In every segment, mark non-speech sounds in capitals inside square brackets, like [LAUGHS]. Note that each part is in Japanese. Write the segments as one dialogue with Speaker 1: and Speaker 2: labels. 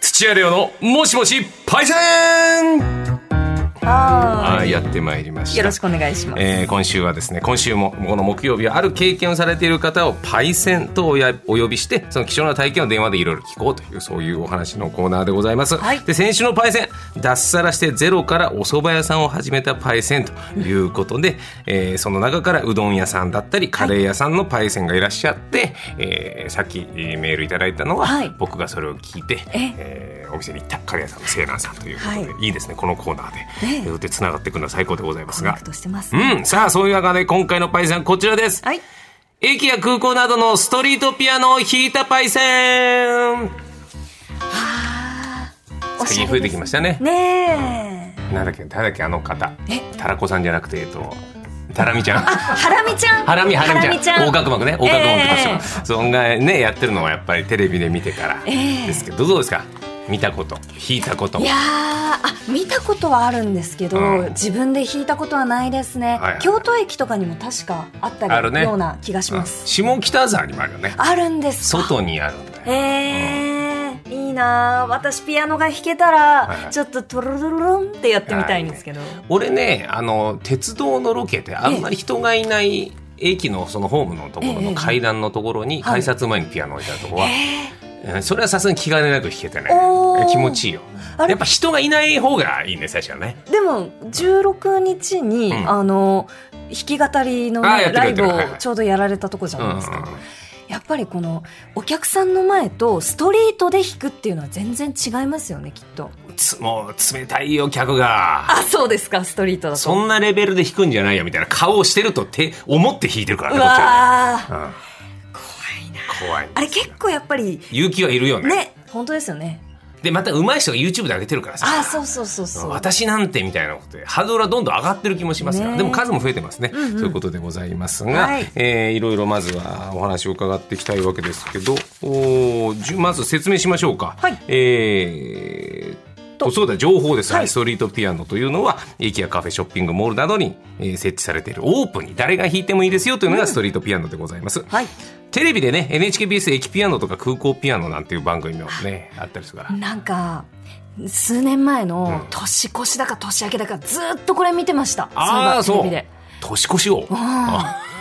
Speaker 1: 土屋レオのもしもしパイセン
Speaker 2: は
Speaker 1: はいやってまいりまし
Speaker 2: い。
Speaker 1: た
Speaker 2: よろしくお願いします。
Speaker 1: えー今週はですね今週もこの木曜日はある経験をされている方をパイセンとおやお呼びしてその貴重な体験を電話でいろいろ聞こうというそういうお話のコーナーでございます、
Speaker 2: はい
Speaker 1: で先週のパイセン脱サラしてゼロからお蕎麦屋さんを始めたパイセンということで、えーその中からうどん屋さんだったりカレー屋さんのパイセンがいらっしゃって、えーさっきえーメールいただいたのは、
Speaker 2: はい
Speaker 1: 僕がそれを聞いて
Speaker 2: え
Speaker 1: えーお店に行ったカレー屋さんのセーラーさんということで、、
Speaker 2: はい
Speaker 1: いですねこのコーナーで、
Speaker 2: え
Speaker 1: えー
Speaker 2: え
Speaker 1: でつながっていくのは最高でございま
Speaker 2: コ
Speaker 1: す
Speaker 2: ネ
Speaker 1: が
Speaker 2: クトしてます。
Speaker 1: うん、さあ、そういう中で今回のパイセンこちらです。
Speaker 2: はい。
Speaker 1: 駅や空港などのストリートピアノを弾いたパイセン
Speaker 2: あーお
Speaker 1: 最
Speaker 2: し
Speaker 1: 近
Speaker 2: ゃれです
Speaker 1: 増えてきましたね。
Speaker 2: ねえ。
Speaker 1: なんだっけ、誰だっけ、あの方
Speaker 2: え。
Speaker 1: タラコさんじゃなくて、えっと、タラミちゃん。
Speaker 2: ハラミちゃん。
Speaker 1: ハラミ、ハラミちゃん。
Speaker 2: ハ
Speaker 1: 横
Speaker 2: ラミ
Speaker 1: 隔膜ね。横隔膜とかし
Speaker 2: ええ
Speaker 1: てそんがね、やってるのはやっぱりテレビで見てから
Speaker 2: ええ
Speaker 1: ですけど、どうですか見たこと、弾いたこと
Speaker 2: い。やーあ見たことはあるんですけど、
Speaker 1: うん
Speaker 2: 自分で弾いたことはないですね、
Speaker 1: はいはい
Speaker 2: 京都駅とかにも確かあったり
Speaker 1: あるね
Speaker 2: ような気がし
Speaker 1: うん
Speaker 2: ます、
Speaker 1: 下北沢にもあるよね。
Speaker 2: あるんですか
Speaker 1: 外にあるんだよ。
Speaker 2: えーいいなー私ピアノが弾けたら、
Speaker 1: はいはい
Speaker 2: ちょっとトロロロロンってやってみたいんですけど、
Speaker 1: 俺ねあの鉄道のロケであんまり人がいない駅のそのホームのところ
Speaker 2: ええ
Speaker 1: の階段のところに
Speaker 2: はい
Speaker 1: 改札前にピアノ置いてあるところは、
Speaker 2: え
Speaker 1: うんそれはさすがに気兼ねなく弾けてね
Speaker 2: おー
Speaker 1: 気持ちいいよ
Speaker 2: あれ
Speaker 1: やっぱ人がいない方がいいね最初はね
Speaker 2: ーでも16日に、
Speaker 1: うん
Speaker 2: あの弾き語りのね、
Speaker 1: あーやってく
Speaker 2: ラ
Speaker 1: れ
Speaker 2: イ
Speaker 1: て
Speaker 2: ブ
Speaker 1: るはい
Speaker 2: を
Speaker 1: はい
Speaker 2: ちょうどやられたとこじゃ
Speaker 1: うんう
Speaker 2: ない
Speaker 1: んうん
Speaker 2: ですか、やっぱりこのお客さんの前とストリートで弾くっていうのは全然違いますよねきっと
Speaker 1: つもう冷たいよ客が
Speaker 2: あそうですかストリートだと
Speaker 1: そんなレベルで弾くんじゃないよみたいな顔をしてるとて思って弾いてるから
Speaker 2: う
Speaker 1: ねこっちは
Speaker 2: わ
Speaker 1: ね、
Speaker 2: ー
Speaker 1: うん
Speaker 2: 怖いな
Speaker 1: 怖いんですよ
Speaker 2: あれ結構やっぱり
Speaker 1: 勇気はいるよね
Speaker 2: ね本当ですよね
Speaker 1: でまた上手い人が YouTube で上げてるからさ
Speaker 2: あそうそうそうそう
Speaker 1: 私なんてみたいなことでハードルはどんどん上がってる気もしますが、
Speaker 2: ねえ
Speaker 1: でも数も増えてますね、
Speaker 2: んうん
Speaker 1: そういうことでございますが、
Speaker 2: はい
Speaker 1: いえーいろいろまずはお話を伺っていきたいわけですけどおーじゅまず説明しましょうか。
Speaker 2: はい
Speaker 1: えー
Speaker 2: と
Speaker 1: そうだ情報です、
Speaker 2: はい
Speaker 1: はいストリートピアノというのは駅やカフェショッピングモールなどに、えー設置されているオープンに誰が弾いてもいいですよというのがストリートピアノでございます、
Speaker 2: はい
Speaker 1: テレビでね NHKBS 駅ピアノとか空港ピアノなんていう番組もねあったりするから、
Speaker 2: なんか数年前の
Speaker 1: うん
Speaker 2: 年越しだか年明けだかずーっとこれ見てました
Speaker 1: ああ
Speaker 2: そうい
Speaker 1: そ
Speaker 2: えばテ
Speaker 1: う
Speaker 2: レビで
Speaker 1: 年越しを
Speaker 2: うん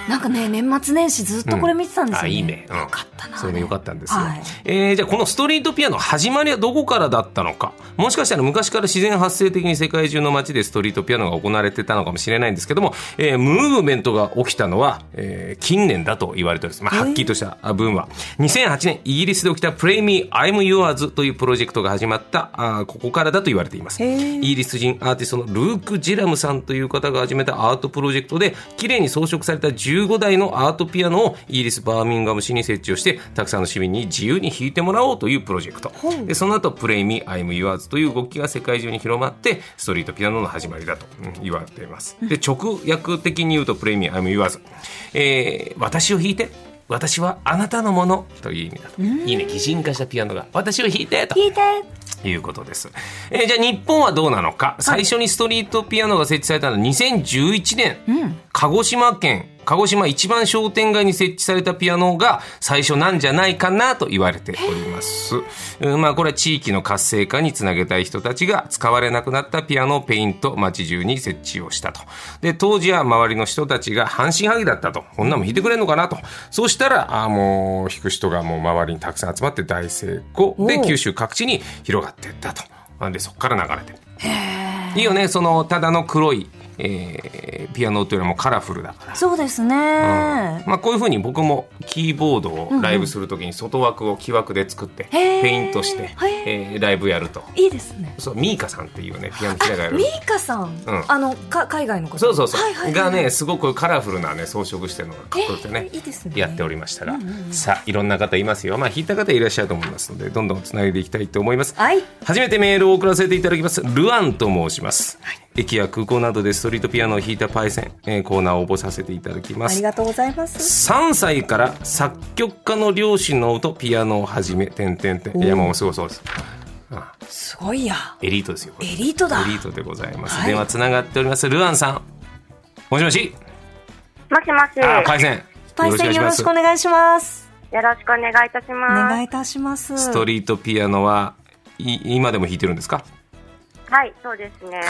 Speaker 2: なんかね年末年始ずっとこれ見てたんですよ、ね
Speaker 1: あいいね、うん、
Speaker 2: よかったな
Speaker 1: そういうのよかったんですよ、
Speaker 2: はい
Speaker 1: えーじゃあこのストリートピアノ始まりはどこからだったのかもしかしたら昔から自然発生的に世界中の街でストリートピアノが行われてたのかもしれないんですけども、えームーブメントが起きたのは、えー近年だと言われております、まあ、はっきりとしたあ分は2008年イギリスで起きた「Play Me I'm Yours」というプロジェクトが始まったあーここからだと言われています
Speaker 2: へー
Speaker 1: イギリス人アーティストのルーク・ジラムさんという方が始めたアートプロジェクトで綺麗に装飾された15台のアートピアノをイギリス・バーミンガム市に設置をしてたくさんの市民に自由に弾いてもらおうというプロジェクト
Speaker 2: ほう
Speaker 1: でその後プレイ・ミ・アイム・ユアーズ」という動きが世界中に広まってストリートピアノの始まりだとうん言われていますで直訳的に言うと「プレイ・ミ・アイム・ユアーズ」えー「私を弾いて」私はあなたのものという意味だと。いいね、擬人化したピアノが。私を弾いてと。
Speaker 2: 聞いて
Speaker 1: いうことです。えーじゃあ日本はどうなのか。最初にストリートピアノが設置されたのは2011年、鹿児島県、鹿児島一番商店街に設置されたピアノが最初なんじゃないかなと言われております。うんまあこれは地域の活性化につなげたい人たちが使われなくなったピアノをペイント街中に設置をしたと。で、当時は周りの人たちが半信半疑だったと。こんなもん弾いてくれんのかなと。そうしたら、あーもう弾く人がもう周りにたくさん集まって大成功。で、
Speaker 2: おう
Speaker 1: 九州九州各地に広がっていったとなんでそこから流れてるいいよねそのただの黒い、えーピアノというよりもカラフルだから。
Speaker 2: そうですね、
Speaker 1: まあ、こういうふうに僕もキーボードをライブするときに外枠を木枠で作って
Speaker 2: へー
Speaker 1: ペイントして、
Speaker 2: へ
Speaker 1: えーライブやると
Speaker 2: いいですね
Speaker 1: そうミーカさんっていうねピアノ
Speaker 2: あ
Speaker 1: 弾きながらやる
Speaker 2: ミーカさん、
Speaker 1: うん
Speaker 2: あのか海外の方
Speaker 1: そうそうそう、
Speaker 2: はいはいはい
Speaker 1: がねすごくカラフルなね装飾してるのがかっこよくてね,、
Speaker 2: えーいいですね
Speaker 1: やっておりましたが、さあいろんな方いますよまあ弾いた方いらっしゃると思いますのでどんどんつないでいきたいと思います、
Speaker 2: はい
Speaker 1: 初めてメールを送らせていただきますルアンと申します、駅や空港などでストリートピアノを弾いたパイセン、えーコーナーを応募させていただきま
Speaker 2: あり
Speaker 1: す
Speaker 2: がとうございます
Speaker 1: 3歳から作曲家の両親の音ピアノを始め点点点いやもうすごいそうですあ
Speaker 2: すごいや
Speaker 1: エリートですよこ
Speaker 2: エ
Speaker 1: れ
Speaker 2: リートだ
Speaker 1: エリートでございます、
Speaker 2: はい
Speaker 1: 電話つながっておりますルアンさんもしもし
Speaker 3: もしもし。
Speaker 1: あパイセン
Speaker 2: パイセンよろしくお
Speaker 1: い
Speaker 2: 願いします
Speaker 3: よろしくお願いいたし
Speaker 2: お
Speaker 3: ま
Speaker 2: 願
Speaker 3: す
Speaker 2: い。いたします
Speaker 1: ストリートピアノはい今でも弾いてるんですか
Speaker 3: はい、そうですね。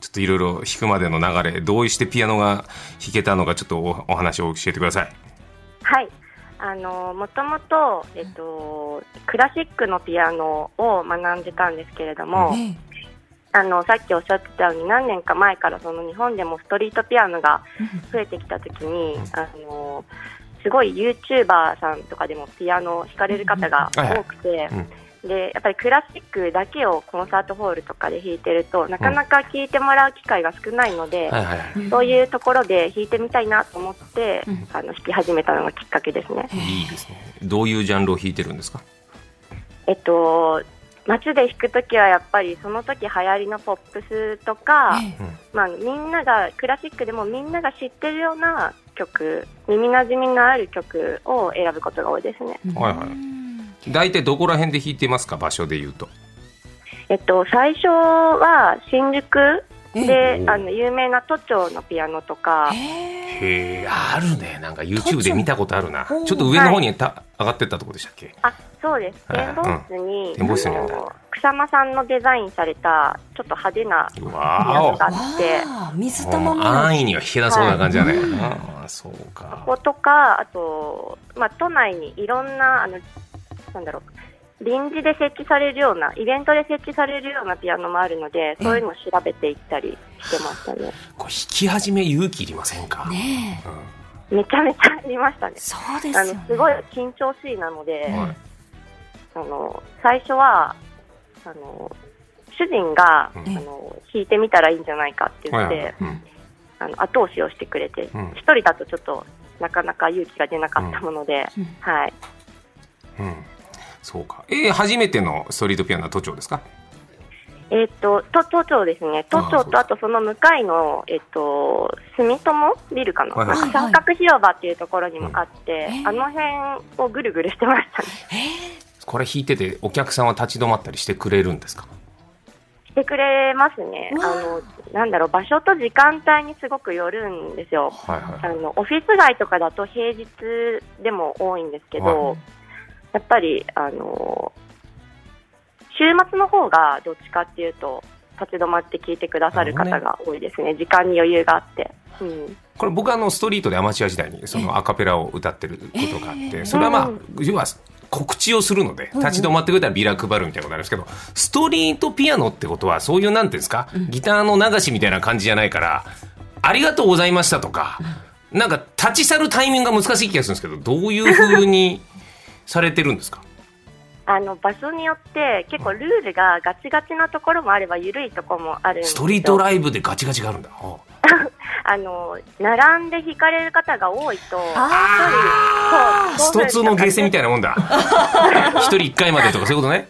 Speaker 1: ちょっといろいろ弾くまでの流れどうしてピアノが弾けたのかちょっとおお話を教えてください
Speaker 3: はい。あの、もともと、えっと、クラシックのピアノを学んでたんですけれども、
Speaker 2: え
Speaker 3: あの、さっきおっしゃってたように何年か前からその日本でもストリートピアノが増えてきたときに、あの、すごい YouTuber さんとかでもピアノを弾かれる方が多くて
Speaker 1: いはいう、
Speaker 3: で、やっぱりクラシックだけをコンサートホールとかで弾いてると、なかなか聴いてもらう機会が少ないので、
Speaker 1: はいはいはい
Speaker 2: え
Speaker 3: そういうところで弾いてみたいなと思って、
Speaker 2: うん
Speaker 3: あの弾き始めたのがきっかけですね。
Speaker 1: いいですねどういうジャンルを弾いてるんですか
Speaker 3: えっと街で弾くときはやっぱりその時流行りのポップスとか、
Speaker 2: え
Speaker 3: まあ、みんながクラシックでもみんなが知ってるような曲耳なじみのある曲を選ぶことが多いですね、
Speaker 2: うん
Speaker 1: はいはい大体どこら辺で弾いてますか場所で言うと
Speaker 3: えっと、最初は新宿
Speaker 2: え
Speaker 3: で、
Speaker 1: ええ
Speaker 3: あの有名な都庁のピアノとか、
Speaker 2: え
Speaker 1: へえあるねなんか YouTube で見たことあるなち
Speaker 2: ほ
Speaker 1: ょ
Speaker 2: う
Speaker 1: っと上の方にた上がってったとこでしたっけ
Speaker 3: あそうです
Speaker 1: はい
Speaker 3: 展望室に,、
Speaker 1: ん展望室にあるんだ
Speaker 3: の草間さんのデザインされたちょっと派手な
Speaker 1: う
Speaker 3: ピアノ
Speaker 1: わ
Speaker 3: があって。
Speaker 2: わあ水
Speaker 1: お
Speaker 2: 玉
Speaker 1: うん
Speaker 2: も
Speaker 1: 安易には弾けなそうな感じだね、
Speaker 2: はい
Speaker 1: ああそうか
Speaker 3: ことか、あと、まあ、都内にいろんな、あの、なんだろう、臨時で設置されるような、イベントで設置されるようなピアノもあるので、そういうのを調べていったりしてましたね。
Speaker 1: これ弾き始め勇気いりませんか、
Speaker 2: ね
Speaker 1: う
Speaker 2: え
Speaker 1: ん
Speaker 3: めちゃめちゃありましたね。
Speaker 2: そうです
Speaker 3: あ
Speaker 2: よ
Speaker 3: の
Speaker 2: ね
Speaker 3: すごい緊張しいなので、
Speaker 1: はい
Speaker 3: あの最初はあの主人が、
Speaker 1: うん
Speaker 3: あの弾いてみたらいいんじゃないかって言
Speaker 1: は
Speaker 3: っ
Speaker 1: いはい
Speaker 3: て、
Speaker 1: うん
Speaker 3: あの後押しをしてくれて、一、
Speaker 1: うん
Speaker 3: 人だとちょっとなかなか勇気が出なかったもので、
Speaker 2: うん
Speaker 3: はい、
Speaker 1: うん、そうかえー初めてのストリートピアノは都庁ですか
Speaker 3: えっと都都庁ですね、都
Speaker 1: ああ
Speaker 3: 庁
Speaker 1: そう
Speaker 3: とあとその向かいの、えっと住友ビルかな、
Speaker 1: はいはい
Speaker 3: なんか
Speaker 2: はいはい
Speaker 3: 三角広場っていうところにもあって、
Speaker 2: うん
Speaker 3: あの辺をぐるぐるしてましたね、
Speaker 2: え
Speaker 1: これ弾いててお客さんは立ち止まったりしてくれるんですか
Speaker 3: してくれますね、
Speaker 2: うわ
Speaker 3: あのなんだろう、場所と時間帯にすごくよるんですよ。
Speaker 1: はいは
Speaker 3: あのオフィス街とかだと平日でも多いんですけど、
Speaker 1: は
Speaker 3: やっぱりあの週末の方がどっちかっていうと立ち止まって聞いてくださる方が多いですね時間に余裕があって、うん、
Speaker 1: これ僕あのストリートでアマチュア時代にそのアカペラを歌ってることがあっ
Speaker 2: ええ
Speaker 1: てそれはまあ
Speaker 3: う
Speaker 1: 要は告知をするので
Speaker 2: うんうん
Speaker 1: 立ち止まってくれたらビラ配るみたいなことあるんですけどストリートピアノってことはそういうなんていうんですかギターの流しみたいな感じじゃないからありがとうございましたとかなんか立ち去るタイミングが難しい気がするんですけどどういう風にされてるんですか
Speaker 3: あの場所によって結構ルールがガチガチなところもあれば緩いところもあるんです
Speaker 1: ス
Speaker 3: よ
Speaker 1: トリートライブでガチガチがあるんだ。ああ
Speaker 3: あの並んで弾かれる方が多いと
Speaker 2: あ
Speaker 3: 一人
Speaker 1: ス
Speaker 3: そう
Speaker 1: トツーのゲーセンみた
Speaker 3: い
Speaker 1: いなもん
Speaker 2: [LAUGHS]
Speaker 1: だ。一人一回までとかそういうことね。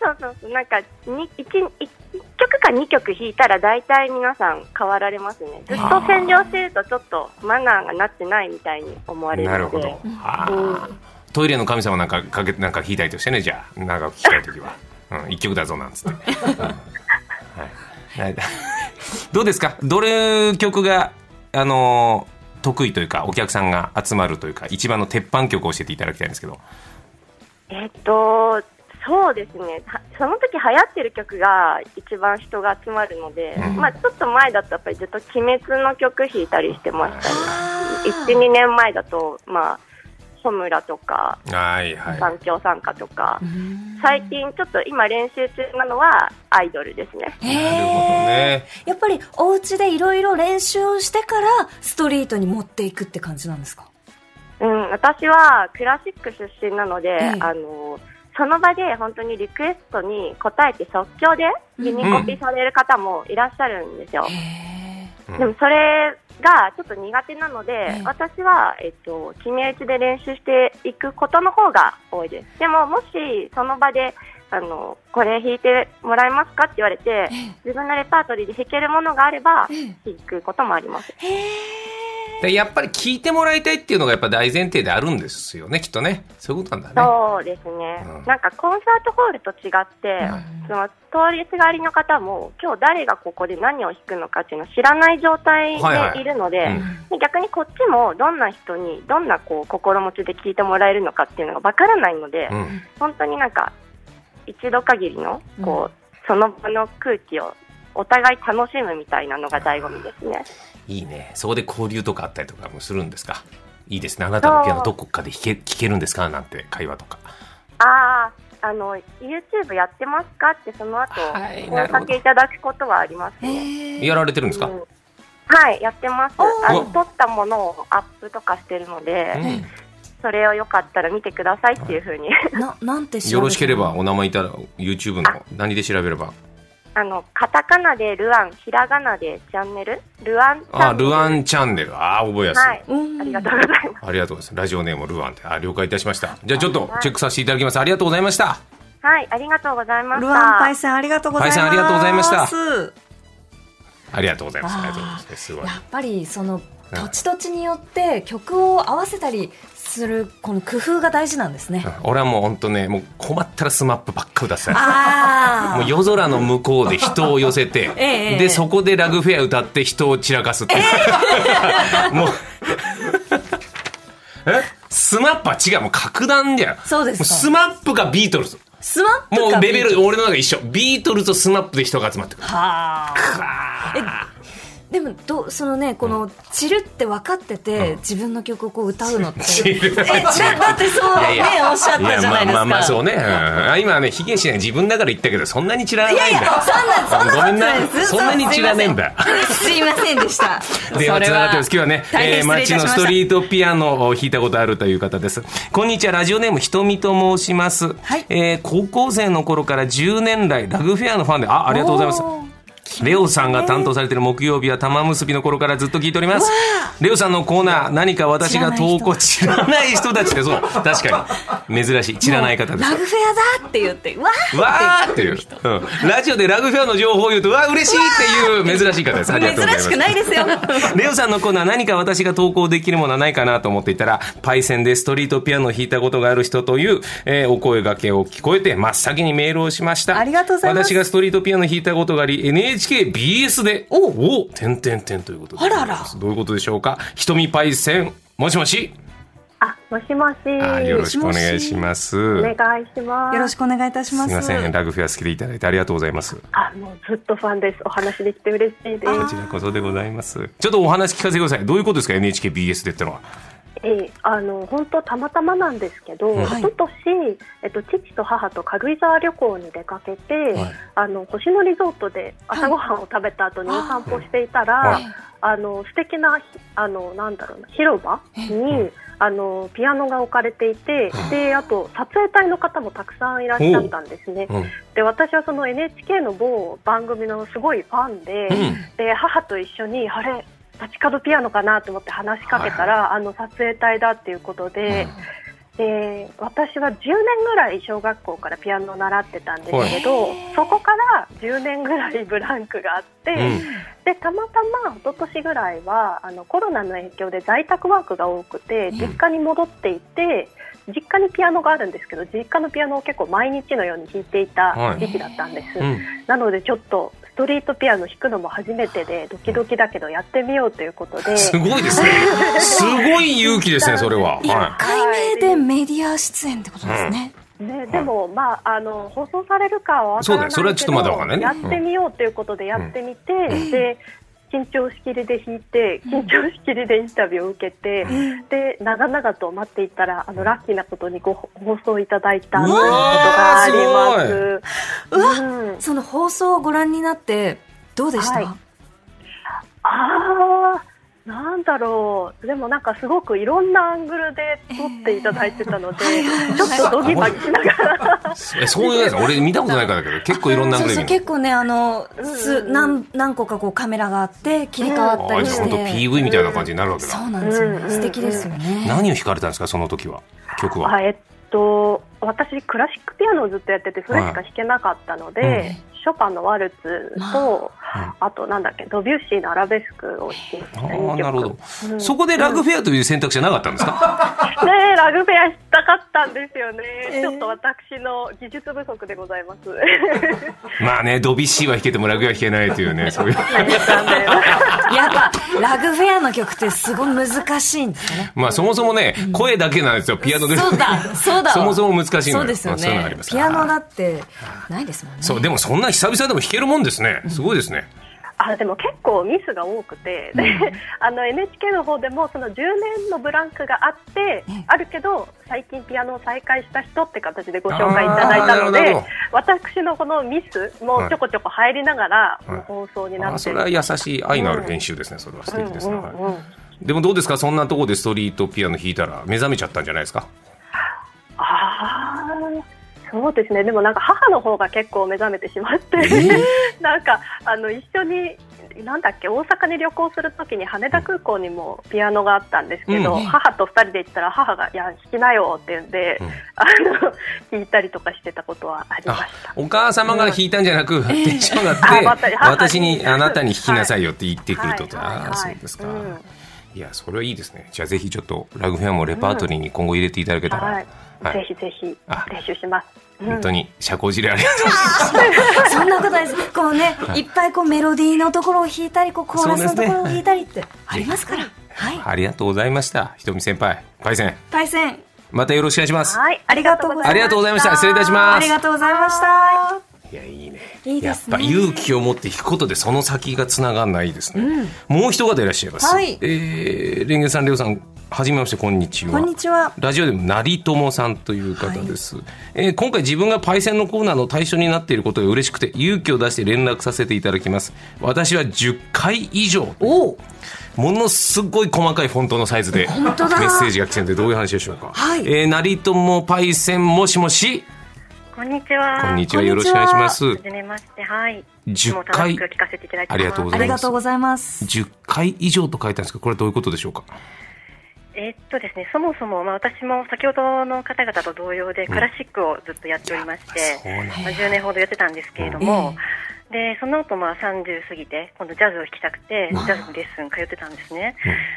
Speaker 3: なそうそうそうなんかに一一曲か2曲弾いたら大体皆さん変わられますねずっと占領してるとちょっとマナーがなってないみたいに思われる
Speaker 1: な
Speaker 3: ので
Speaker 1: るほど。あ
Speaker 3: うん
Speaker 1: ートイレの神様なんかかけなんか弾いたりとしてねじゃあ長く弾きたいときは、うん、一曲だぞなんつって。うんはい [LAUGHS] はいどうですか。どれ曲があのー得意というかお客さんが集まるというか一番の鉄板曲を教えていただきたいんですけど。
Speaker 3: えっとそうですねはその時流行ってる曲が一番人が集まるので、
Speaker 1: うん
Speaker 3: まあ、ちょっと前だとやっぱりずっと「鬼滅」の曲弾いたりしてましたね
Speaker 2: あー
Speaker 3: 12年前だとまあホムラとか
Speaker 1: はいはい。
Speaker 3: 環境参加とか、
Speaker 2: うん
Speaker 3: 最近ちょっと今練習中なのはアイドルですね
Speaker 1: な
Speaker 2: へ
Speaker 1: るほど
Speaker 2: え
Speaker 1: ね。
Speaker 2: やっぱりお家でいろいろ練習をしてからストリートに持っていくって感じなんですか
Speaker 3: うん私はクラシック出身なので、
Speaker 2: ええ
Speaker 3: あのその場で本当にリクエストに応えて即興でユニコピされる方もいらっしゃるんですよ、
Speaker 2: へえ
Speaker 1: うん
Speaker 3: でもそれがちょっと苦手なので、
Speaker 2: え
Speaker 3: 私は、えっと、決め打ちで練習していくことの方が多いです。でも、もしその場で、あの、これ弾いてもらえますかって言われて、自分のレパートリーで弾けるものがあれば、
Speaker 2: え
Speaker 3: 弾くこともあります。
Speaker 2: へえ
Speaker 1: でやっぱり聞いてもらいたいっていうのがやっぱ大前提であるんですよねきっとねそういうことなんだね。
Speaker 3: そうですね。
Speaker 1: うん
Speaker 3: なんかコンサートホールと違って、その通りすがりの方も、今日誰がここで何を弾くのかっていうのを知らない状態
Speaker 1: はいはい
Speaker 3: でいるので、
Speaker 1: うん
Speaker 3: で逆にこっちもどんな人にどんなこう心持ちで聞いてもらえるのかっていうのがわからないので、
Speaker 1: うん
Speaker 3: 本当になんか一度限りのこう、その場の空気をお互い楽しむみたいなのが醍醐味ですね。
Speaker 1: いいね。そこで交流とかあったりとかもするんですかいいですね。あなたのピアノどこかで弾け弾けるんですかなんて会話とか。
Speaker 3: ああ、あの YouTube やってますかってその後、
Speaker 1: はい
Speaker 3: おかけいただくことはありますね。
Speaker 2: え
Speaker 1: やられてるんですか、
Speaker 3: うんはい、やってます。
Speaker 2: おー
Speaker 3: あの撮ったものをアップとかしてるので、
Speaker 1: うん
Speaker 3: それをよかったら見てくださいっていうふうに、
Speaker 2: ななんて調べて
Speaker 1: よろしければお名前いたら YouTube の何で調べれば
Speaker 3: [LAUGHS] あのカタカナでルアン、ひらがなでチャンネル、ルアンチ
Speaker 1: あ
Speaker 3: ャンネル。
Speaker 1: ルアンチャンネルああ覚えやすい、
Speaker 3: はい、
Speaker 2: うん
Speaker 3: ありがとうございます。
Speaker 1: ありがとうございますラジオネームルアンってあ了解いたしましたじゃあちょっとチェックさせていただきますありがとうございました
Speaker 3: はい、ありがとうございました。
Speaker 2: ルアンパイセンありがとうございます
Speaker 1: パイセンありがとうございました
Speaker 2: や
Speaker 1: ありがとうございます
Speaker 2: あー
Speaker 1: ありがとうございますすごい
Speaker 2: っぱりその土地土地によって曲を合わせたりするこの工夫が大事なんですね
Speaker 1: うん俺はもう本当ねもう困ったらスマップばっか歌ってた
Speaker 2: あ
Speaker 1: もう夜空の向こうで人を寄せて、
Speaker 2: [LAUGHS] ええええ
Speaker 1: でそこでラグフェア歌って人を散らかすっていう、 [LAUGHS] もうえスマップは違うもう格段じゃん
Speaker 2: そうですか
Speaker 1: もスマップがビートルズ
Speaker 2: スマップ
Speaker 1: もう
Speaker 2: か
Speaker 1: レベル俺の中で一緒ビートルズとスマップで人が集まってくる
Speaker 2: はあえでもどうそのねこの散るって分かってて、
Speaker 1: うん
Speaker 2: 自分の曲をこう歌
Speaker 1: [LAUGHS]
Speaker 2: うのって
Speaker 1: 散る
Speaker 2: えだだってそう
Speaker 1: いやいや
Speaker 2: ねおっしゃっ
Speaker 1: いや
Speaker 2: たじゃ
Speaker 1: ま
Speaker 2: な
Speaker 1: あ
Speaker 2: いです
Speaker 1: ま
Speaker 2: か
Speaker 1: あまあそうね、うんあ今はねヒゲしない自分だから言ったけどそんなに散らないんだ
Speaker 2: いやいやそんなそんなこと
Speaker 1: ごめん
Speaker 2: ないで
Speaker 1: な
Speaker 2: す
Speaker 1: そんなに散らねえんだ
Speaker 2: すいませんでした
Speaker 1: [LAUGHS] 電話つながってます。今日はね、
Speaker 2: 大変失礼い
Speaker 1: 街
Speaker 2: たし
Speaker 1: の
Speaker 2: まし
Speaker 1: ス
Speaker 2: た
Speaker 1: トリートピアノを弾いたことあるという方です。こんにちは、ラジオネームひとみと申します。
Speaker 2: はい
Speaker 1: えー高校生の頃から10年来、ラグフェアのファンで、あ、ありがとうございます。
Speaker 2: おー
Speaker 1: レオさんが担当されている木曜日は玉結びの頃からずっと聞いております。レオさんのコーナー、何か私が投稿、知らない人たちで、そう、確か
Speaker 2: [LAUGHS]
Speaker 1: に。珍しい、知らない方です
Speaker 2: ラ。グフェアだって言って、わ
Speaker 1: [LAUGHS]
Speaker 2: ー
Speaker 1: わーっていう、うん、ラジオでラグフェアの情報を言うと、わー嬉しいっていう珍しい方です。ありがとうございま
Speaker 2: [LAUGHS] 珍し
Speaker 1: す
Speaker 2: く。ないで
Speaker 1: [LAUGHS]
Speaker 2: すよ。
Speaker 1: レオさんのコーナー何か私が投稿できるものはないかなと思っていたら、パイセンでストリートピアノを弾いたことがある人という、えーお声掛けを聞こえて、真っ先にメールをしました。
Speaker 2: ありがとうございます
Speaker 1: 私がストリートピアノを弾いたことがあり、NHKBS で、
Speaker 2: お
Speaker 1: おてんてんてんということで。
Speaker 2: あらら
Speaker 1: どういうことでしょうか瞳パイセン、もしもし、
Speaker 3: あ、もしもし。
Speaker 1: あよろしくお願いします。
Speaker 3: お願いします。
Speaker 2: よろしくお願いいたしますす。
Speaker 1: みません、ラグフェア好きでいただいてありがとうございます。こ
Speaker 3: あ、もうずっとファンです。お話できて嬉しいです。
Speaker 1: ちらこそでございます。ちょっとお話聞かせてください。どういうことですか ?NHKBS でってのは。
Speaker 3: えーあの本当たまたまなんですけど、
Speaker 1: はい
Speaker 3: 一昨年、えっと父と母と軽井沢旅行に出かけて、
Speaker 1: はい
Speaker 3: あの星野リゾートで朝ごはんを食べた後に
Speaker 2: はい
Speaker 3: お散歩していたら、
Speaker 1: はい
Speaker 3: あの素敵なひあのなんだろうな広場にあのピアノが置かれていて、であと撮影隊の方もたくさんいらっしゃったんですね。
Speaker 1: うん。
Speaker 3: で私はその NHK の某番組のすごいファンで。
Speaker 1: うん
Speaker 3: で母と一緒にあれ立ち角ピアノかなと思って話しかけたら、あの撮影隊だっていうことで,、で私は10年ぐらい小学校からピアノを習ってたんですけど、
Speaker 2: はい
Speaker 3: そこから10年ぐらいブランクがあって、
Speaker 1: うん
Speaker 3: でたまたま一昨年ぐらいはあのコロナの影響で在宅ワークが多くて実家に戻っていて。実家にピアノがあるんですけど実家のピアノを結構毎日のように弾いていた時期だったんです、
Speaker 1: うん
Speaker 3: なのでちょっとストリートピアノ弾くのも初めてでドキドキだけどやってみようということ
Speaker 1: [LAUGHS]
Speaker 3: で。
Speaker 1: すごいですね。すごい勇気ですね、それは。
Speaker 2: 一
Speaker 1: は
Speaker 2: 回目でメディア出演ってことですね。
Speaker 3: ね、でも、まあ、あの放送されるかは分
Speaker 1: そうだよ
Speaker 3: からない
Speaker 1: それはちょっ
Speaker 3: け
Speaker 1: とまだわかんない
Speaker 3: ど
Speaker 1: ね
Speaker 3: やってみようということでやってみて、
Speaker 1: ん
Speaker 3: で緊張しきりで弾いて緊張しきりでインタビューを受けて、で長々と待っていたらあのラッキーなことにご放送いただいたということがあります。
Speaker 2: うわ
Speaker 3: うん
Speaker 2: その放送をご覧になって、どうでした、
Speaker 3: はいあーなんだろうでもなんかすごくいろんなアングルで撮っていただいてたの
Speaker 2: え
Speaker 3: で、
Speaker 2: ーはいはいはい
Speaker 3: ちょっとドギマギしながら
Speaker 1: い。えそういうやつ、俺見たことないからだけど、結構いろんなアン
Speaker 2: そう
Speaker 1: グル
Speaker 2: そう
Speaker 1: で見る。
Speaker 2: 結構ねあの、す
Speaker 3: うんうん
Speaker 2: 何何個かこうカメラがあって切り替わ
Speaker 1: あ
Speaker 2: った
Speaker 1: あ、
Speaker 2: り
Speaker 1: じゃ
Speaker 2: し
Speaker 1: あ
Speaker 2: て、
Speaker 1: 本当 PV みたいな感じになるわけ
Speaker 2: そ
Speaker 1: だ。
Speaker 2: うなんですよ
Speaker 3: うんうんう
Speaker 2: ね
Speaker 3: ん
Speaker 2: 素敵ですよね、
Speaker 1: 何を弾かれたんですか、その時は。曲
Speaker 3: あ
Speaker 1: は。
Speaker 3: えっと私クラシックピアノをずっとやっててそれしか弾けなかったので、
Speaker 1: はいうん
Speaker 4: ショパンのワルツと、
Speaker 1: あ
Speaker 4: あとなんだっけドビュッシーのアラベスクを弾きました
Speaker 1: あ
Speaker 4: ね
Speaker 1: ー、
Speaker 4: 二曲
Speaker 1: なるほど。
Speaker 4: うん
Speaker 1: そこでラグフェアという選択肢はなかったんですか
Speaker 4: ねえラグフェアしたかったんですよね、
Speaker 2: えー
Speaker 4: ちょっと私の技術不足でございます
Speaker 1: まあね、ドビッシーは弾けてもラグは弾けないという
Speaker 2: [LAUGHS]
Speaker 1: ね、そういう。
Speaker 4: 残念
Speaker 2: やっぱ、ラグフェアの曲ってすごい難しいんですよね。
Speaker 1: まあそもそもね、声だけなんですよ、ピアノで。
Speaker 2: そうだ、そうだわ。
Speaker 1: そもそも難しいのよ
Speaker 2: そうですよ
Speaker 1: そういうのあり
Speaker 2: ね
Speaker 1: ま。す
Speaker 2: ピアノだって、ないですもんね。
Speaker 1: そう、でもそんな久々でも弾けるもんですね。すごいですね。
Speaker 4: あでも結構ミスが多くて、であの NHK の方でもその10年のブランクがあって、
Speaker 2: ええ
Speaker 4: あるけど最近ピアノを再開した人って形でご紹介いただいたの
Speaker 1: あーなる
Speaker 4: で
Speaker 1: ほど
Speaker 4: 私のこのミスもちょこちょこ入りながら、
Speaker 1: はい
Speaker 4: 放送にな
Speaker 1: あ
Speaker 4: って
Speaker 1: そ
Speaker 4: る、
Speaker 1: れは優しい愛のある編集ですね。それは素敵ですね。
Speaker 4: うんうん
Speaker 1: は
Speaker 4: うん
Speaker 1: いでもどうですかそんなところでストリートピアノ弾いたら目覚めちゃったんじゃない
Speaker 4: [LAUGHS]
Speaker 1: ですか
Speaker 4: あーそうですねでもなんか母の方が結構目覚めてしまって、 [LAUGHS] なんかあの一緒になんだっけ大阪に旅行するときに羽田空港にもピアノがあったんですけど、
Speaker 1: うん
Speaker 4: 母と二人で行ったら母が「いや弾きなよ」って言うんで、
Speaker 1: うん
Speaker 4: あの弾いたりとかしてたことはありました。
Speaker 1: お母様が弾いたんじゃなく、テンションが
Speaker 4: [LAUGHS] あ
Speaker 1: あっ
Speaker 4: ま
Speaker 1: て
Speaker 4: た、
Speaker 1: 私に、あなたに弾きなさいよって言ってくると。
Speaker 4: はいはい
Speaker 1: ああ、そうですか。
Speaker 4: うん
Speaker 1: いや、それはいいですね。じゃあぜひちょっと、ラグフェアもレパートリーに今後入れていただけたら、
Speaker 4: はい
Speaker 1: はい
Speaker 4: ぜひぜひ
Speaker 1: あ
Speaker 4: 練習します。うん
Speaker 1: 本当に社交辞令ありがとうございます。
Speaker 2: [LAUGHS] そんなことないです。こうね、いっぱいこうメロディーのところを弾いたり、こうコーラスのところを弾いたりってありますから。はい。
Speaker 1: ありがとうございました。ひとみ先輩、パイセン、
Speaker 2: 対戦、
Speaker 1: またよろしくお願いします。
Speaker 4: はい、
Speaker 2: ありがとうございました
Speaker 1: ありがとうございました失礼いたします
Speaker 2: ありがとうございました。
Speaker 1: いや、いいね。
Speaker 2: いいで
Speaker 1: やっ
Speaker 2: すね
Speaker 1: ぱ勇気を持って弾くことでその先がつながんないですね、もう一方いらっしゃいます、
Speaker 2: はい
Speaker 1: えー、レンゲさんりょうさんはじめましてこんにちは
Speaker 2: こんにちは。
Speaker 1: ラジオでも成友さんという方です、えー今回自分がパイセンのコーナーの対象になっていることが嬉しくて勇気を出して連絡させていただきます私は10回以上
Speaker 2: お
Speaker 1: ものすごい細かいフォントのサイズでメ
Speaker 2: 当だ
Speaker 1: ッセージが来てるんでどういう話でしょうか、
Speaker 2: はい
Speaker 1: えー、成友パイセンもしもし
Speaker 4: こんにちは。
Speaker 1: こんにちは
Speaker 2: こんにちは
Speaker 1: よろしくお願いします
Speaker 4: はじめまして、はい。
Speaker 1: 10
Speaker 4: もう楽しく聞かせていただいて
Speaker 1: ありがとうござ
Speaker 2: あ
Speaker 1: います
Speaker 2: りがとうございます。
Speaker 1: 10回以上と書いてあるんですけどこれはどういうことでしょうか
Speaker 4: えーっとですね、そもそも、まあ、私も先ほどの方々と同様で、クラシックをずっとやっておりまして、
Speaker 1: そうなんだ
Speaker 4: まあ、10年ほどやってたんですけれども、でその後まあ30過ぎて、今度ジャズを弾きたくて、ジャズのレッスン通ってたんですね。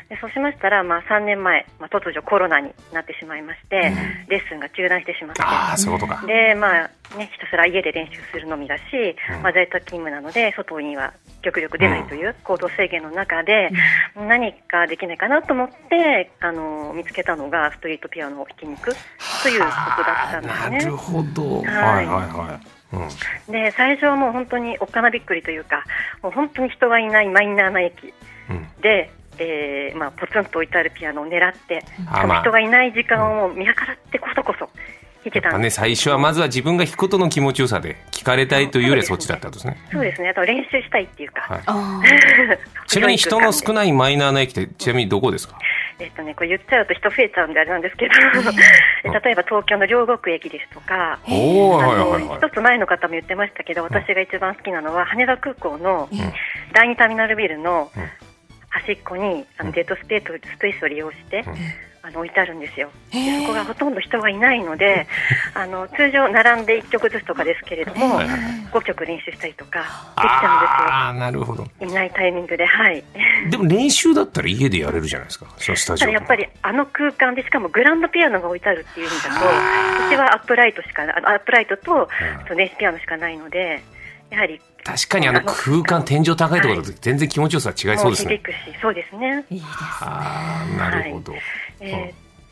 Speaker 4: でそうしましたら、まあ、3年前、まあ、突如コロナになってしまいまして、レッスンが中断してしまって、
Speaker 1: ああそういうことか
Speaker 4: で、まあね、ひたすら家で練習するのみだし、まあ、在宅勤務なので外には極力出ないという行動制限の中で、何かできないかなと思ってあの見つけたのがストリートピアノを弾きに行くということだったんです
Speaker 1: な
Speaker 4: ね
Speaker 1: る。ほど、はい、はいはいうん
Speaker 4: で最初はもう本当におっかなびっくりというかもう本当に人がいないマイナーな駅
Speaker 1: うん
Speaker 4: で、えーまあ、ポツンと置いてあるピアノを狙って
Speaker 1: あま
Speaker 4: その
Speaker 1: あ
Speaker 4: 人がいない時間を見計らってこそこそ弾
Speaker 1: や
Speaker 4: け
Speaker 1: ったぱ
Speaker 4: んで
Speaker 1: ね
Speaker 4: す。
Speaker 1: 最初はまずは自分が弾くことの気持ちよさで聞かれたいというよりはそっちだったんですね
Speaker 4: そうですねあと練習したいっていうか、
Speaker 1: はい
Speaker 2: あ
Speaker 1: ちなみに人の少ないマイナーな駅ってちなみにどこですか
Speaker 4: えっとね、これ言っちゃうと人増えちゃうんであれなんですけど、 [LAUGHS] え例えば東京の両国駅ですとか、
Speaker 1: おお
Speaker 4: あ
Speaker 1: はい
Speaker 4: の
Speaker 1: はい
Speaker 4: 一
Speaker 1: はい
Speaker 4: つ前の方も言ってましたけど、私が一番好きなのは羽田空港の
Speaker 2: うん
Speaker 4: 第二ターミナルビルの
Speaker 1: うん
Speaker 4: 端っこにあ
Speaker 1: う
Speaker 4: の
Speaker 1: ん
Speaker 4: デッドスペーススペースを利用して
Speaker 1: うん、
Speaker 4: あの置いてあるんですよ。
Speaker 2: ーへ
Speaker 4: そこが
Speaker 2: ー
Speaker 4: ほとんど人がいないので、 [LAUGHS] あの通常並んで一曲ずつとかですけれども
Speaker 1: はいはい、
Speaker 4: 五曲練習したりとかできちゃ
Speaker 1: ああーなるほど
Speaker 4: うんですよ。いないタイミングで、はい。
Speaker 1: でも練習だったら家でやれるじゃないですかそのスタジ
Speaker 4: た
Speaker 1: オ
Speaker 4: だやっぱりあの空間でしかもグランドピアノが置いてあるっていう意味だと私はアップライトしかなあアップライトと
Speaker 1: ん
Speaker 4: その電子ピアノしかないのでやはり
Speaker 1: 確かにあの空間天井高いところだと全然気持ちよさ違いそ
Speaker 4: も
Speaker 1: う
Speaker 4: う
Speaker 1: です
Speaker 4: 響
Speaker 1: ね
Speaker 4: くしそうですね、
Speaker 2: いいです。
Speaker 1: ああなるほど、
Speaker 4: え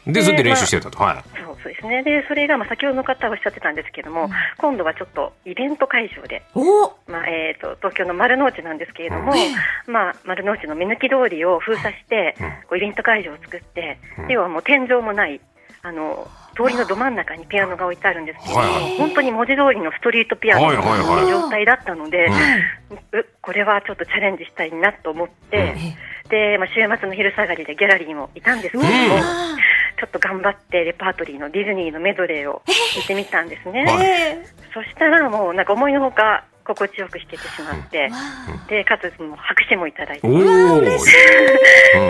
Speaker 1: うんでそれで練習してたと、はい
Speaker 4: ーそうそうですねでそれがまあ先ほどの方はおっしゃってたんですけども、今度はちょっとイベント会場で、
Speaker 2: おお
Speaker 4: まあえー、と東京の丸の内なんですけれども、
Speaker 1: う
Speaker 4: まあ、丸の内の目抜き通りを封鎖して、
Speaker 1: うん
Speaker 4: こうイベント会場を作って、
Speaker 1: うん
Speaker 4: 要はもう天井もないあの通りのど真ん中にピアノが置いてあるんですけど、
Speaker 1: はいはい
Speaker 4: 本当に文字通りのストリートピアノ
Speaker 1: はいはいはい
Speaker 4: の状態だったので、
Speaker 1: うん
Speaker 4: うこれはちょっとチャレンジしたいなと思って、でまあ、週末の昼下がりでギャラリーもいたんですけども、
Speaker 1: うん
Speaker 4: ちょっと頑張ってレパートリーのディズニーのメドレーを弾いてみたんですね。
Speaker 1: はい
Speaker 2: え
Speaker 4: そしたらもうなんか思いのほか心地よく弾けてしまって、
Speaker 2: ーわ
Speaker 4: でかつもう拍手もいただいて、ちょ
Speaker 1: おお、うん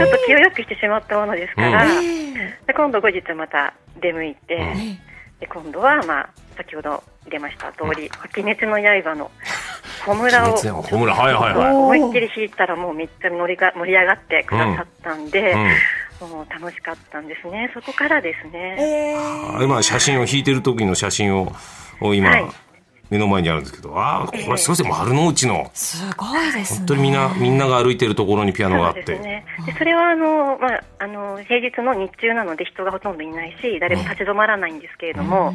Speaker 4: っと気をよくしてしまったものですから、
Speaker 2: あ
Speaker 1: う
Speaker 2: え
Speaker 4: で今度後日また出向いて、
Speaker 1: うん
Speaker 2: ー
Speaker 4: で今度はまあ先ほど出ました通り「鬼滅の刃」の
Speaker 1: [LAUGHS]
Speaker 4: 小村を
Speaker 1: 鬼滅の刃小村はいはいはい
Speaker 4: 思いっきり弾いたらもうめっちゃ乗りが盛り上がってくださったんで、もう楽しかったんですねそこからですね、
Speaker 2: え
Speaker 1: うんあ今写真を引いてる時の写真をを今、
Speaker 4: はい
Speaker 1: 目の前にあるんですけどああこれすごいですね丸の内の
Speaker 2: すごいですね。
Speaker 1: 本当にみんなみんなが歩いてるところにピアノがあっ
Speaker 4: そう
Speaker 1: て
Speaker 4: ですねでそれはあの、まあ、あの平日の日中なので人がほとんどいないし誰も立ち止まらないんですけれども、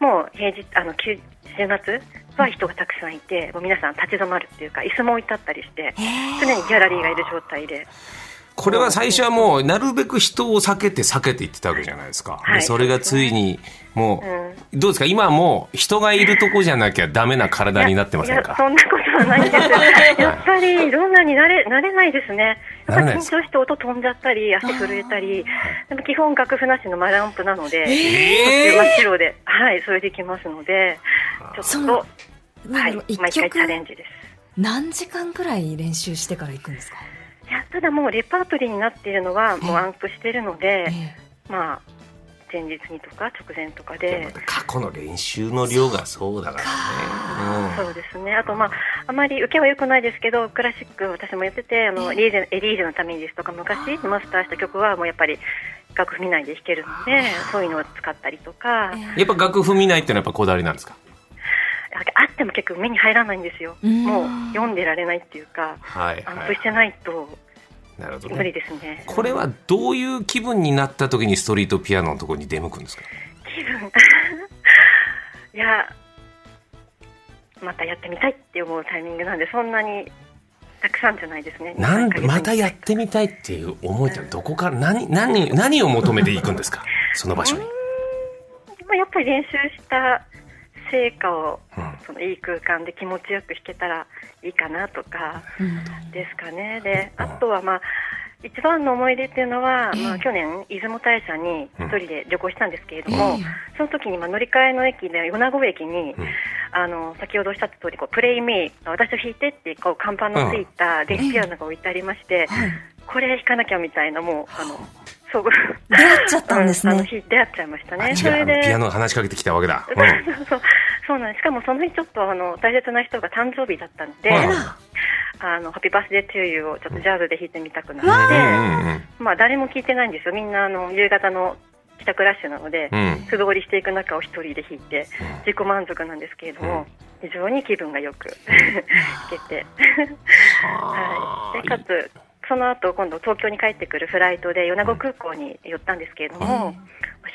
Speaker 4: もう平日あの休週末は人がたくさんいてもう皆さん立ち止まるっていうか椅子も置いてあったりして常にギャラリーがいる状態で。
Speaker 1: これは最初はもうなるべく人を避けて避けていってたわけじゃないですか、
Speaker 4: はい
Speaker 1: でそれがついにもう、どうですか今はもう人がいるとこじゃなきゃダメな体になってません
Speaker 4: いや
Speaker 1: か
Speaker 4: そんなことはない
Speaker 1: [LAUGHS]
Speaker 4: ですやっぱりどんなに慣れ慣れないですねやっぱ
Speaker 1: 慣れない
Speaker 4: り緊
Speaker 1: で
Speaker 4: 張
Speaker 1: す
Speaker 4: して音飛んじゃったり足震えたりでも基本楽譜なしのマランプなので、
Speaker 1: え
Speaker 4: 真っ白ではいそれできますのでち
Speaker 2: そ
Speaker 4: ょっ
Speaker 2: の
Speaker 4: と
Speaker 2: な
Speaker 4: は
Speaker 2: ん
Speaker 4: い
Speaker 2: だろう一
Speaker 4: 毎回チ
Speaker 2: 曲
Speaker 4: ャレンジです
Speaker 2: 何時間くらい練習してから行くんですか。
Speaker 4: いやただもうレパートリーになっているのはもうアンプしているので、
Speaker 2: え
Speaker 4: まあ前日にとか直前とか
Speaker 1: いやま
Speaker 4: で
Speaker 1: た過去の練習の量がそうだからね、
Speaker 4: そうですね。あと、まあ、あまり受けは良くないですけど、クラシック私もやってて、あの、リーゼ、エリーゼのためにですとか、昔マスターした曲はもうやっぱり楽譜見ないで弾けるので、そういうのを使ったりとか、
Speaker 2: え
Speaker 1: うんやっぱ楽譜見ないっていうのはやっぱこだわりなんですか
Speaker 4: ああっても結構目に入らないんですよ。
Speaker 2: うん
Speaker 4: もう読んでられないっていうか、
Speaker 1: はい
Speaker 4: ア
Speaker 1: は
Speaker 4: ンプ
Speaker 1: い
Speaker 4: してないと
Speaker 1: なるほど
Speaker 4: 無理
Speaker 1: ね
Speaker 4: ですね。
Speaker 1: これはどういう気分になった時にストリートピアノのところに出向くんですか
Speaker 4: 気分 [LAUGHS] いや、またやってみたいって思うタイミングなんで、そんなにたくさんじゃないですね。
Speaker 1: なんで
Speaker 4: 2-3ヶ月に
Speaker 1: またやってみたいっていう思いってのはどこから何何何を求めていくんですかその場所に。
Speaker 4: まあ、やっぱり練習した成果を、
Speaker 1: うん
Speaker 4: そのいい空間で気持ちよく弾けたらいいかなとかですかね、で
Speaker 1: うん
Speaker 4: あとは、まあ、一番の思い出っていうのは、
Speaker 2: ええ
Speaker 4: まあ、去年、出雲大社に一人で旅行したんですけれど
Speaker 2: え
Speaker 4: も、
Speaker 2: え
Speaker 4: その時にまあ乗り換えの駅で米子駅に、
Speaker 1: うん
Speaker 4: あの先ほどおっしゃった通りこうプレイミー私を弾いてってこう看板のついた電気ピアノが置いてありまして、これ弾かなきゃみたいなもうあのそう
Speaker 2: 出会っちゃったんです
Speaker 4: うあの
Speaker 2: ね。
Speaker 4: 日出会っちゃいましたね。
Speaker 1: あ
Speaker 4: そ
Speaker 1: 違う
Speaker 4: れ
Speaker 1: あのピア
Speaker 4: で
Speaker 1: ノが話しかけてきたわけだ。うん
Speaker 4: そうそうなんです。しかもその日ちょっとあの大切な人が誕生日だったので、
Speaker 1: はい
Speaker 4: あのハッピーバースデートゥーユーをちょっとジャズで弾いてみたくな
Speaker 1: う
Speaker 4: って、
Speaker 1: んうん
Speaker 4: まあ誰も聞いてないんですよ。みんなあの夕方の帰宅ラッシュなので、
Speaker 1: うん
Speaker 4: 素通りしていく中を一人で弾いて自己満足なんですけれども。非常に気分がよく弾けて、はい、でかつその後今度東京に帰ってくるフライトで米子空港に寄ったんですけれども、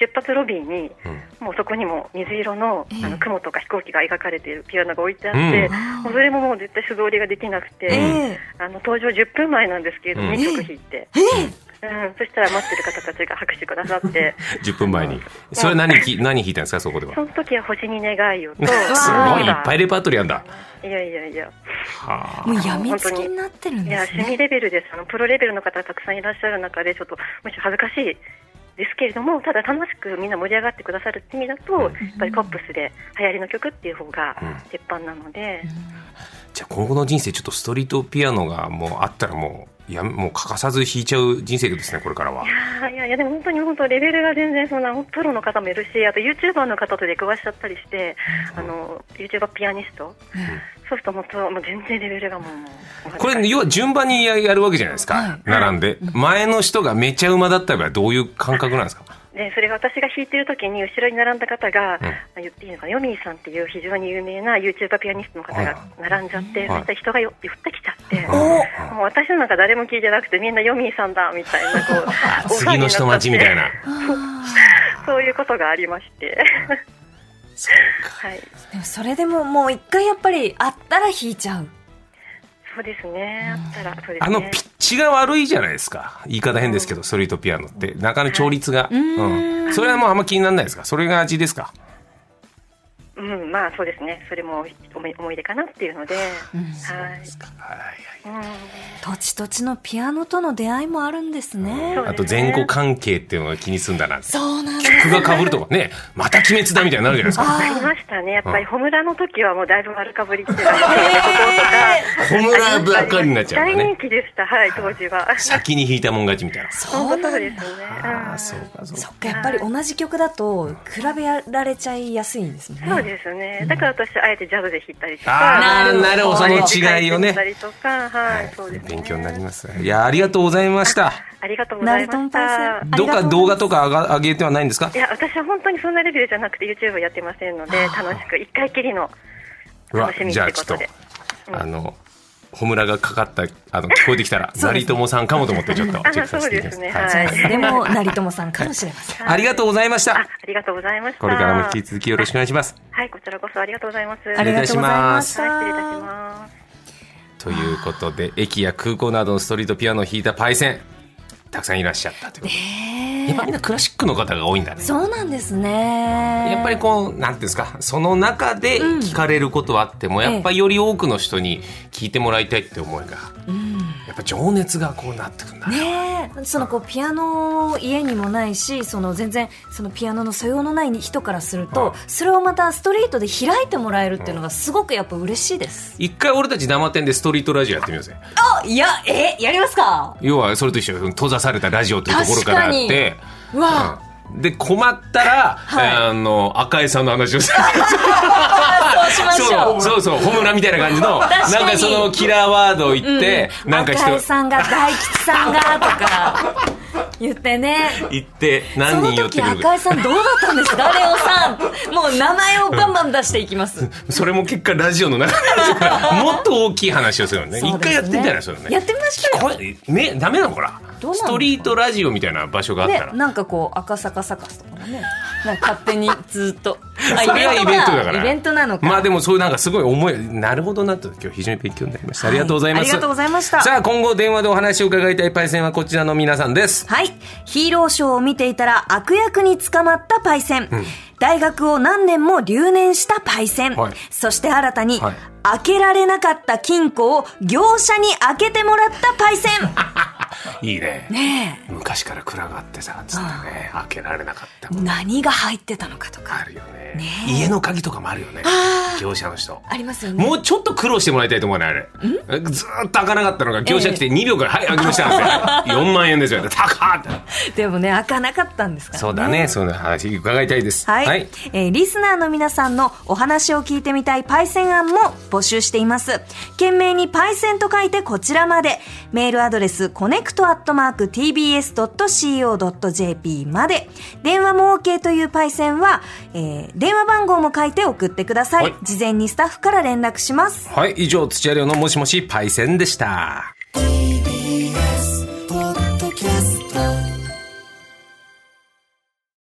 Speaker 4: 出発ロビーに
Speaker 1: うん
Speaker 4: もうそこにも水色のあの雲とか飛行機が描かれているピアノが置いてあって、
Speaker 2: うん
Speaker 4: もうそれももう絶対素通りができなくて、
Speaker 2: え
Speaker 4: あの登場10分前なんですけれど
Speaker 1: うん
Speaker 4: も、2曲弾いて、うん、そしたら待ってる方たちが拍手してくださって、
Speaker 1: 10分前に。それ何き何弾いたんですかそこでは。
Speaker 4: その時は星に願いを
Speaker 1: [LAUGHS]
Speaker 4: と、
Speaker 1: すごいいっぱいレパートリーあんだ。
Speaker 4: いやいやいや、
Speaker 1: はあ
Speaker 2: えもうやみつきになってるん
Speaker 4: い
Speaker 2: で
Speaker 4: や
Speaker 2: す
Speaker 4: 趣
Speaker 2: ね。
Speaker 4: 味レベルです、あのプロレベルの方がたくさんいらっしゃる中で、ちょっとむしろ恥ずかしい。ですけれどもただ楽しくみんな盛り上がってくださるって意味だと、やっぱりポップスで流行りの曲っていう方が鉄板なので、
Speaker 1: じゃあ今後の人生ちょっとストリートピアノがもうあったらもうやめもう欠かさず弾いちゃう人生ですねこれからは。
Speaker 4: あーいやいやでも本当に本当レベルが全然そんなプロの方もいるしあと YouTuber の方と出くわしちゃったりして、あの YouTuber ピアニスト、そうすると本当もう全然レベルがもうもう
Speaker 1: これ要は順番にややるわけじゃないですか。並んで前の人がめちゃ馬だった場合はどういう感覚なんですか。
Speaker 4: でそれが私が弾いてる時に後ろに並んだ方が、まあ言っていいのかなヨミーさんっていう非常に有名な YouTuber ピアニストの方が並んじゃって、
Speaker 1: はい
Speaker 4: そしたら人がよ寄ってきちゃって。
Speaker 1: お
Speaker 4: もう私なんか誰も聞いてなくてみんなヨミーさんだみたいなこう [LAUGHS] 大騒ぎ
Speaker 1: 次
Speaker 4: にな
Speaker 1: の
Speaker 4: っちゃって
Speaker 1: 人待ちみたいな。
Speaker 4: そういうことがありまして、はい、
Speaker 2: でもそれでももう一回やっぱりあったら弾いちゃう。
Speaker 4: そうですね。あったら、そうですね。
Speaker 1: あのピッチが悪いじゃないですか。言い方変ですけど、ストリートピアノって。なかなか調律が。うん。それはもうあんま気にならないですかそれが味ですか
Speaker 4: うん、まあそうですね。それも思い思い出かなっていうので、はい。
Speaker 2: 土地土地のピアノとの出会いもあるんですね。
Speaker 1: あと前後関係って [LAUGHS] いうのが気にするんだな。
Speaker 2: そうなんです。
Speaker 1: 曲が被るとかね、また鬼滅だみたいになるじゃないですか。
Speaker 4: ありましたね。やっぱりホムラの時はもうだいぶ丸かぶりっていう [LAUGHS] のがあった
Speaker 1: 小村ばっかりになっちゃう
Speaker 4: 大
Speaker 1: からね
Speaker 4: 人。気でした。はい、当時は。
Speaker 1: 先に弾いたもん勝ちみたいな。
Speaker 2: そ
Speaker 4: そう
Speaker 2: な
Speaker 4: うそ
Speaker 2: ん
Speaker 4: う
Speaker 2: だ
Speaker 4: ですね。
Speaker 1: ああ、そうか、そう
Speaker 2: そ
Speaker 1: か
Speaker 2: っ。かやっぱり同じ曲だと比べられちゃいやすいんですね。
Speaker 4: うんそうですですよね。だから私、あえてジャズで弾いたりとか。
Speaker 1: あーなるほどその違いをね
Speaker 4: ジャズで弾いたりとか、はい、そうですね。
Speaker 1: 勉強になりますいやありがとうございました
Speaker 4: ありがとうござ
Speaker 2: ナ
Speaker 4: いま
Speaker 2: ルトン
Speaker 4: し
Speaker 2: パ
Speaker 4: た
Speaker 2: ー。ソン
Speaker 1: どっか動画とか上が上げてはないんですか
Speaker 4: いや、私は本当にそんなレビューじゃなくて YouTube やってませんので、楽しく、一回きりの
Speaker 1: うわ
Speaker 4: 楽しみ
Speaker 1: じゃあ
Speaker 4: って
Speaker 1: ちょ
Speaker 4: こ
Speaker 1: っと
Speaker 4: とで。
Speaker 1: あのホムラがかかったあの聞こえてきた
Speaker 4: [LAUGHS]
Speaker 1: ら成友さんかもと思ってちょっとチェックさせていただきます
Speaker 4: あそうです
Speaker 1: はい
Speaker 4: ねはい
Speaker 2: でも成友さんかもしれません。
Speaker 1: ありがとうございまし
Speaker 4: あ
Speaker 1: た
Speaker 4: ありがとうございました。
Speaker 1: これからも引き続きよろしくお願いします
Speaker 4: はい、こちらこそありがとうございます。
Speaker 2: あり
Speaker 1: がと
Speaker 2: がと
Speaker 1: う
Speaker 2: う
Speaker 1: ござ
Speaker 2: ござ
Speaker 1: い
Speaker 2: い
Speaker 1: ま
Speaker 2: ま
Speaker 1: し
Speaker 2: し。
Speaker 4: はい、失礼いたしたます。
Speaker 1: ということで駅や空港などのストリートピアノを弾いたパイセンたくさんいらっしゃったということ
Speaker 2: [LAUGHS]
Speaker 1: でやっぱみんなクラシックの方が多いんだね
Speaker 2: そうなんですね。
Speaker 1: やっぱりこうなんていうんですかその中で聞かれることはあっても、やっぱりより多くの人に聞いてもらいたいって思いが、やっぱ情熱がこうなってくるんだね
Speaker 2: ねえそのこうピアノ家にもないしその全然そのピアノの素養のない人からする
Speaker 1: う
Speaker 2: と、
Speaker 1: ん
Speaker 2: それをまたストリートで開いてもらえるっていうのがすごくやっぱ嬉しいです、
Speaker 1: 一回俺たち生店でストリートラジオやってみようぜ
Speaker 2: あいやえやりますか
Speaker 1: 要はそれと一緒よ閉ざされたラジオというところからあって、
Speaker 2: うわ、
Speaker 1: うんで困ったら、
Speaker 2: はい
Speaker 1: あの赤江さんの話をする
Speaker 2: そうしましょ
Speaker 1: そううそうそうホムラみたいな感じの
Speaker 2: 確かに
Speaker 1: なんかそのキラーワードを言って、なんか
Speaker 2: 赤井
Speaker 1: 人
Speaker 2: さんが大吉さんがとか言ってね
Speaker 1: 言って
Speaker 2: そ
Speaker 1: 何
Speaker 2: の
Speaker 1: 人寄って
Speaker 2: 時
Speaker 1: くる
Speaker 2: 赤
Speaker 1: か
Speaker 2: 井さんどうだったんですかレオさんもう名前をバンバン出していきます
Speaker 1: それも結果ラジオの中でもっと大きい話をするのね
Speaker 2: そうです
Speaker 1: 一回
Speaker 2: ね
Speaker 1: やってみたいなそれね
Speaker 2: やってみましょうよ
Speaker 1: これねダメなのほら
Speaker 2: どうなんだ
Speaker 1: ストリートラジオみたいな場所があった
Speaker 2: ね
Speaker 1: ら、、
Speaker 2: なんかこう赤坂サカスとかねなんか勝手にずっと
Speaker 1: [LAUGHS] それはイベントだから
Speaker 2: イベントなのか、
Speaker 1: まあでもそういうなんかすごい思いなるほどなと今日非常に勉強になりました、
Speaker 2: はい
Speaker 1: ありがとうございます
Speaker 2: ありがとうございました
Speaker 1: さあ今後電話でお話を伺いたいパイセンはこちらの皆さんです
Speaker 2: はいヒーローショーを見ていたら悪役に捕まったパイセン、大学を何年も留年したパイセン、
Speaker 1: はい
Speaker 2: そして新たに、
Speaker 1: はい
Speaker 2: 開けられなかった金庫を業者に開けてもらったパイセ
Speaker 1: [LAUGHS] いいね
Speaker 2: ンね
Speaker 1: 昔から蔵があってさつってね開けられなかった
Speaker 2: え
Speaker 1: もの
Speaker 2: 何が入ってたのかとか
Speaker 1: あるよね家の鍵とかもあるよね業者の人
Speaker 2: ありますよね
Speaker 1: もうちょっと苦労してもらいたいと思わないあれずーっと開かなかったのが業者来て2秒から「はい開きました」って4万円ですよ高っって
Speaker 2: でもね開かなかったんですから
Speaker 1: そうだねそういう話伺いたいです
Speaker 2: はい、えーリスナーの皆さんのお話を聞いてみたいパイセン案も募集しています。懸命にパイセンと書いてこちらまで。メールアドレス、コネクトアットマーク tbs.co.jp まで。電話も OK というパイセンは、えー電話番号も書いて送ってください。
Speaker 1: はい
Speaker 2: 事前にスタッフから連絡します。
Speaker 1: はい以上土屋亮の「もしもしパイセン」でした